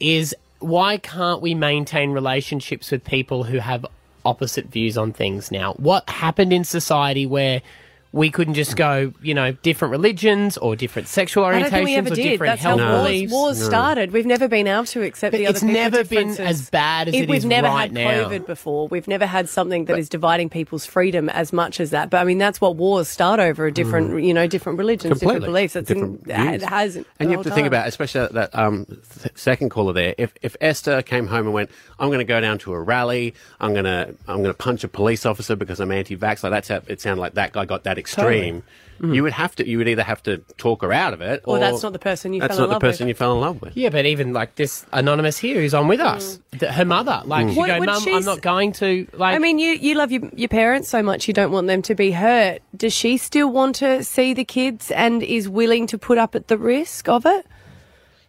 is why can't we maintain relationships with people who have opposite views on things now? What happened in society where we couldn't just go, you know, different religions or different sexual
I don't think we
orientations
ever
or
did.
different
That's how
health
wars,
beliefs?
wars started. We've never been able to accept
But
the other.
it's
people's
never been
differences.
as bad as it
We've
is
never
right
had
now.
COVID before. We've never had something that is dividing people's freedom as much as that. But I mean, that's what wars start over: a different,
Mm.
you know, different religions, different
Completely.
beliefs. That's
Different
in, that
views.
has. the
And you
whole
have to think
time.
about, especially that, that um, th- second caller there. If if Esther came home and went, "I'm going to go down to a rally. I'm going to I'm going to punch a police officer because I'm anti-vax," like that's how it sounded like that guy got that extreme. You would have to. You would either have to talk her out of it, or,
Mm. Well, that's not the person you
that's
fell in
not
love
the
with.
person you fell in love with.
Yeah, but even like this anonymous here who's on with us, th- her mother, like,
Mm.
she
What
go,
would
Mum,
she
I'm
s-
not going to, like,
I mean, you, you love your, your parents so much, you don't want them to be hurt. Does she still want to see the kids and is willing to put up at the risk of it?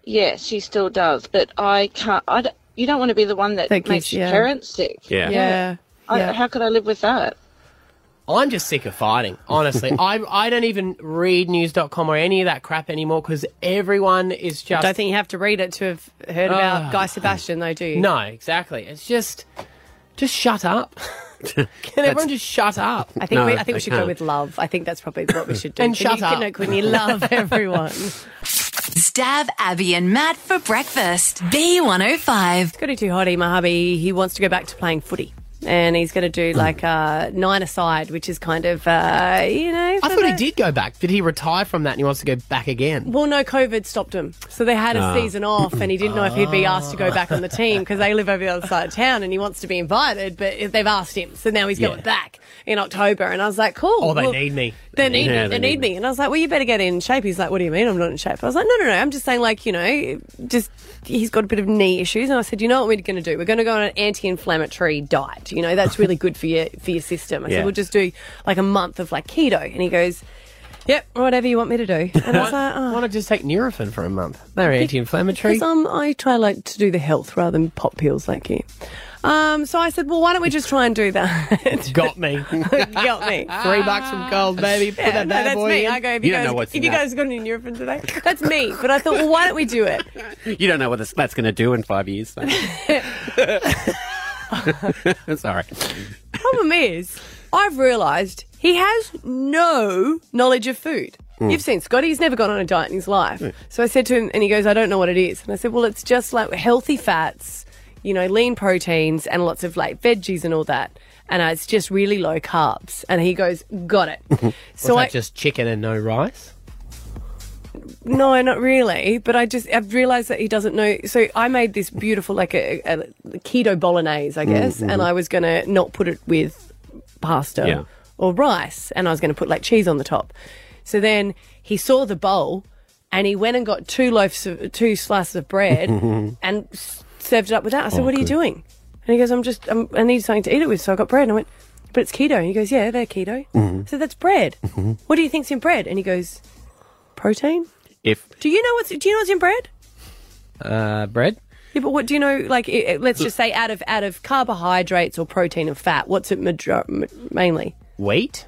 Yeah, she still does, but I can't. I don't- you don't want to be the one that
That
makes
gives-
your
yeah.
parents sick.
Yeah. Yeah,
I,
yeah.
How could I live with that?
I'm just sick of fighting, honestly. I, I don't even read news.com or any of that crap anymore because everyone is just.
Don't think you have to read it to have heard
Ah.
about Guy Sebastian, though, do you?
No, exactly. It's just, just shut up. Can everyone just shut up?
I think we, I think we should go with love. I think that's probably what we should do.
And
Can you-
shut up.
No, can you love everyone?
Stab Abby and Matt for breakfast.
E
B105.
Got too hottie, my hubby. He wants to go back to playing footy. And he's going to do
Mm.
like uh, nine aside, which is kind of, uh, you know.
I
for
thought he
the-
did go back. Did he retire from that and he wants to go back again?
Well, no, COVID stopped him. So they had a
Ah.
season off, and he didn't know if he'd be asked to go back on the team because they live over the other side of town and he wants to be invited, but they've asked him. So now he's
Yeah.
going back in October. And I was like, cool.
Oh, they
well,
need me.
They need me. They need me. And I was like, well, you better get in shape. He's like, what do you mean I'm not in shape? I was like, no, no, no. I'm just saying, like, you know, just he's got a bit of knee issues. And I said, you know what we're going to do? We're going to go on an anti-inflammatory diet. You know, that's really good for your for your system. I
Yeah.
said, we'll just do like a month of like keto. And he goes, yep, whatever you want me to do. And I was like, oh.
Why not just take Nurofen for a month? They're
Be-
anti-inflammatory.
Because um, I try like to do the health rather than pop pills like you. Um, so I said, well, why don't we just try and do that?
Got me.
Got me.
Three bucks from Gold, baby. Put
Yeah,
that
no,
bad
that's
boy
me.
in.
I go, if you,
You don't
guys,
know what's
if
in
you
that.
guys got any Nurofen today, that's me. But I thought, well, why don't we do it?
You don't know what this, that's going to do in five years. though. Sorry.
Problem is, I've realised he has no knowledge of food.
Mm.
You've seen Scotty, he's never gone on a diet in his life.
Hmm.
So I said to him, and he goes, I don't know what it is. And I said, Well, it's just like healthy fats, you know, lean proteins, and lots of like veggies and all that. And uh, it's just really low carbs. And he goes, Got it.
so
So
that
I-
just chicken and no rice?
No, not really. But I just I've realised that he doesn't know. So I made this beautiful like a, a keto bolognese, I guess,
Mm, mhm.
and I was gonna not put it with pasta
Yeah.
or rice, and I was gonna put like cheese on the top. So then he saw the bowl, and he went and got two loaves, of, two slices of bread, and s- served it up with that. I said,
Oh,
"What are you
good.
doing?" And he goes, "I'm just I'm, I need something to eat it with." So I got bread, and I went, "But it's keto." And he goes, "Yeah, they're keto."
Mm-hmm.
Mhm.
So that's bread. What do you think's in bread? And he goes, "Protein."
If
Do you know what's Do you know what's in bread?
Uh, bread?
Yeah, but what do you know? Like, it, it- let's just say out of out of carbohydrates or protein and fat, what's it major, ma- mainly?
Wheat?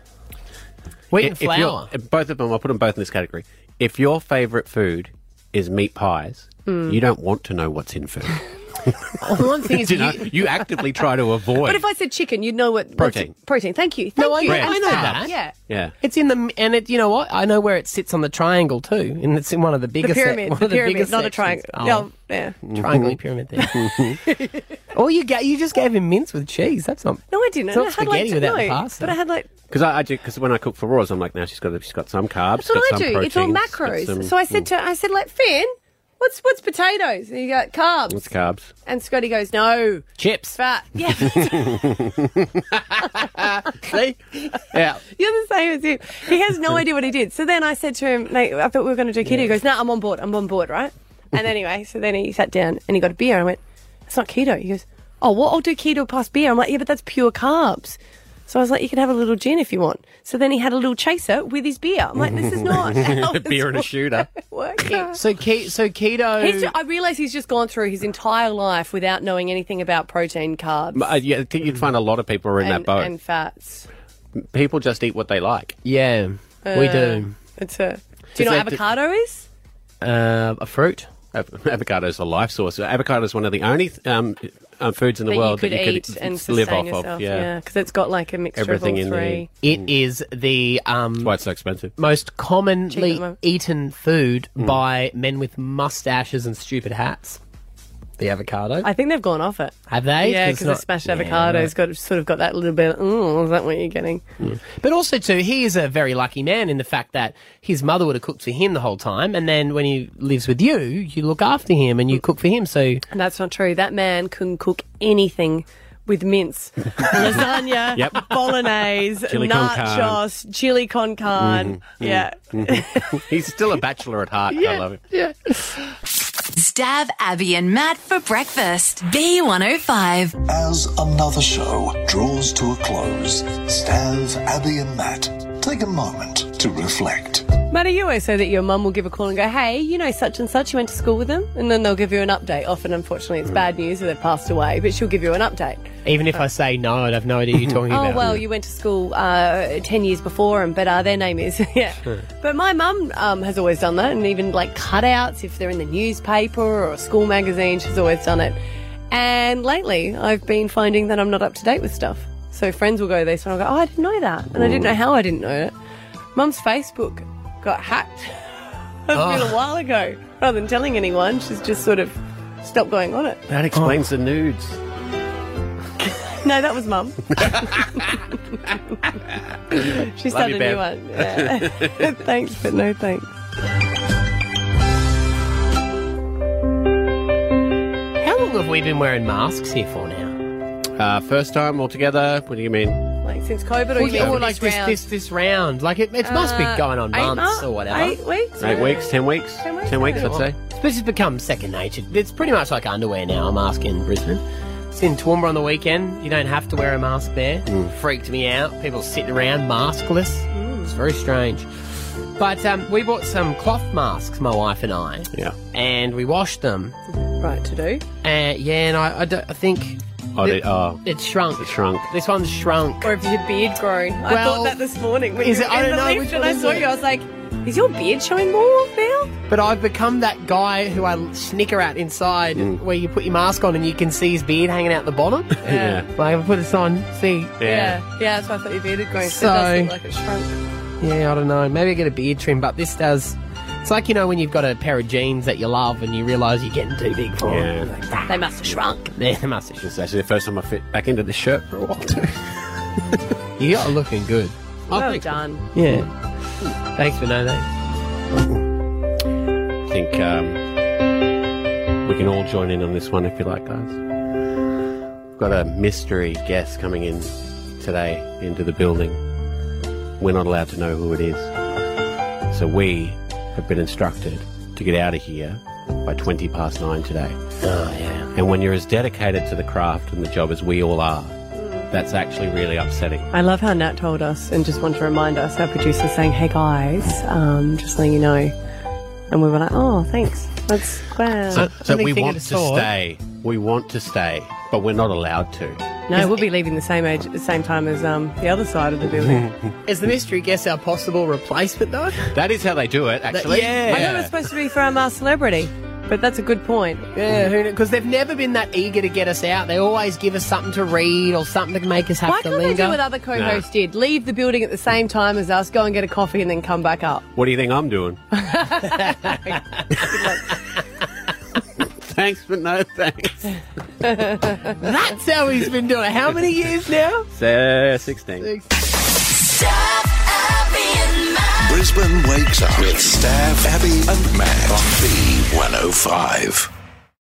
Wheat and
If- if you're-
flour.
both of them, I'll put them both in this category. If your favourite food is meat pies,
Mm.
you don't want to know what's in food.
One thing is,
you,
you,
know, you actively try to
but
avoid
if I said chicken, you'd know what what's
Protein.
it- Protein. Thank you. Thank
I-
you.
I
And
know
fat,
that.
Yeah.
Yeah.
It's in the and it. You know what? I know where it sits on the triangle too, and it's in one of the biggest. sec-
pyramid,
one
the
of
pyramid,
biggest
not a
sections.
triangle.
Oh,
No, yeah.
triangle pyramid thing. or you ga- you just gave him mince with cheese. That's not.
No, I didn't.
It's not
I had
spaghetti
like,
without
no,
the pasta.
But I had like
because I, I do because when I cook for Roars, I'm like, now she's got she's got some carbs,
That's what
got
I
some
do. it's all
proteins, got
macros.
some- mm,
so I said to I said like Finn, what's what's potatoes? And he got carbs.
What's carbs?
And Scotty goes, no
chips,
fat. Yeah,
See? Yeah.
you're the same as him. He has no idea what he did. So then I said to him, mate, I thought we were going to do keto. He goes, no, I'm on board. I'm on board, right? And anyway, so then he sat down and he got a beer. I went, it's not keto. He goes, oh, what? I'll do keto plus beer. I'm like, yeah, but that's pure carbs. So I was like, you can have a little gin if you want. So then he had a little chaser with his beer. I'm like, this is not how it's
beer and a shooter.
working.
So ke- so
Mm-hmm.
keto.
He's, I realise he's just gone through his entire life without knowing anything about protein, carbs,
But I, Uh, yeah, I think you'd find a lot of people are in that
and,
boat.
and fats.
people just eat what they like.
Yeah, we
Uh,
do.
It's a. Do you know
It's
what
like the-
avocado is?
Uh, a fruit.
Avocado's a life source. Avocado is one of the only um, um, foods in the
that
world
you could
that you
eat
could
and
s- live off
sustain yourself.
of.
Yeah,
Yeah,
because it's got like a mixture
everything
of
in
all three.
there. Mm.
It is the um. That's
why it's so expensive.
Most commonly
moment.
eaten food
Hmm.
by men with mustaches and stupid hats. The avocado.
I think they've gone off it.
Have they?
Yeah,
'Cause
because the
it's not-
smashed
Yeah,
avocado's
right.
got sort of got that little bit. Oh, is that what you're getting?
But also, too, he is a very lucky man in the fact that his mother would have cooked for him the whole time, and then when he lives with you, you look after him and you cook for him. So
And that's not true. That man can cook anything with mince, lasagna,
Yep.
bolognese,
Chili con
nachos, chili con carne. Yeah.
Mm-hmm. He's still a bachelor at heart. I love it.
Yeah.
Stab Abby and Matt for breakfast. B105.
As another show draws to a close, Stav, Abby, and Matt Take a moment to reflect.
Matt, you always say that your mum will give a call and go, hey, you know such and such, you went to school with them? And then they'll give you an update. Often, unfortunately,
Mm.
it's bad news that they've passed away, but she'll give you an update.
Even if I say no, I'd have no idea you're talking
Oh,
about.
well, you went to school uh, 10 years before, and but uh, their name is. yeah. But my mum um, has always done that, and even like cutouts, if they're in the newspaper or a school magazine, she's always done it. And lately, I've been finding that I'm not up to date with stuff. So friends will go this, and I'll go, oh, I didn't know that. And I didn't know how I didn't know it. Mum's Facebook got hacked a
Oh.
little while ago. Rather than telling anyone, she's just sort of stopped going on it.
That explains the nudes.
No, that was mum. she
Love
started
you,
a new
babe.
one. Yeah. thanks, but no thanks.
How long have we been wearing masks here for now?
Uh, first time altogether? What do you mean?
Like since COVID, or
Well,
you
yeah,
mean
or
this
like this,
round?
this this round, like it, it must be
Uh,
going on
eight
months
months?
or whatever.
Eight weeks?
Eight weeks? Ten weeks? Ten weeks, I'd say.
This has become second nature. It's pretty much like underwear now. A mask in Brisbane. It's in Toowoomba on the weekend. You don't have to wear a mask there.
Mm.
Freaked me out. People sitting around maskless.
Mm.
It's very strange. But um, we bought some cloth masks, my wife and I.
Yeah.
And we washed them.
Right to do.
Uh, yeah, and I, I, don't- I think.
Oh,
that-
they are.
It's shrunk.
It's shrunk.
This one's shrunk.
Or if your beard grown? I
Well,
thought that this morning. When
is
you
it-
were
I
in the
don't know,
lift
which
and
one
I
is
saw
it?
you, I was like, is your beard showing more now?
But I've become that guy who I snicker at inside
Mm.
where you put your mask on and you can see his beard hanging out the bottom.
Yeah.
Like, I put this on, see.
yeah, that's why I thought your beard had grown. So, it
So-
does look like it shrunk.
Yeah, I don't know. Maybe I get a beard trim, but this does. It's like, you know, when you've got a pair of jeans that you love and you realise you're getting too big for them.
Yeah.
They must have shrunk.
Yeah, they must have.
It's actually the first time I fit back into the shirt for a while, too.
you are looking good.
Well done.
Yeah. Thanks for knowing that.
I think um, we can all join in on this one if you like, guys. We've got a mystery guest coming in today into the building. We're not allowed to know who it is. So we have been instructed to get out of here by 20 past nine today.
Oh, yeah.
And when you're as dedicated to the craft and the job as we all are, that's actually really upsetting.
I love how Nat told us and just wanted to remind us, our producer saying, hey guys, um, just letting you know. And we were like, oh, thanks. That's wow.
So, so we want to stay. We want to stay, but we're not allowed to.
No, we'll be leaving the same age, the same time as um, the other side of the building.
Is the mystery guess our possible replacement, though?
That is how they do it, actually.
I thought it was supposed to be for our masked celebrity, but that's a good point.
Yeah, because they've never been that eager to get us out. They always give us something to read or something to make us have
Why
to
can't
linger.
they do what other co-hosts did? Leave the building at the same time as us, go and get a coffee, and then come back up.
What do you think I'm doing? thanks, but no thanks.
That's how he's been doing it. How many years now?
So, 16.
oh
Brisbane wakes up with Staff, Abby, and Matt on B105.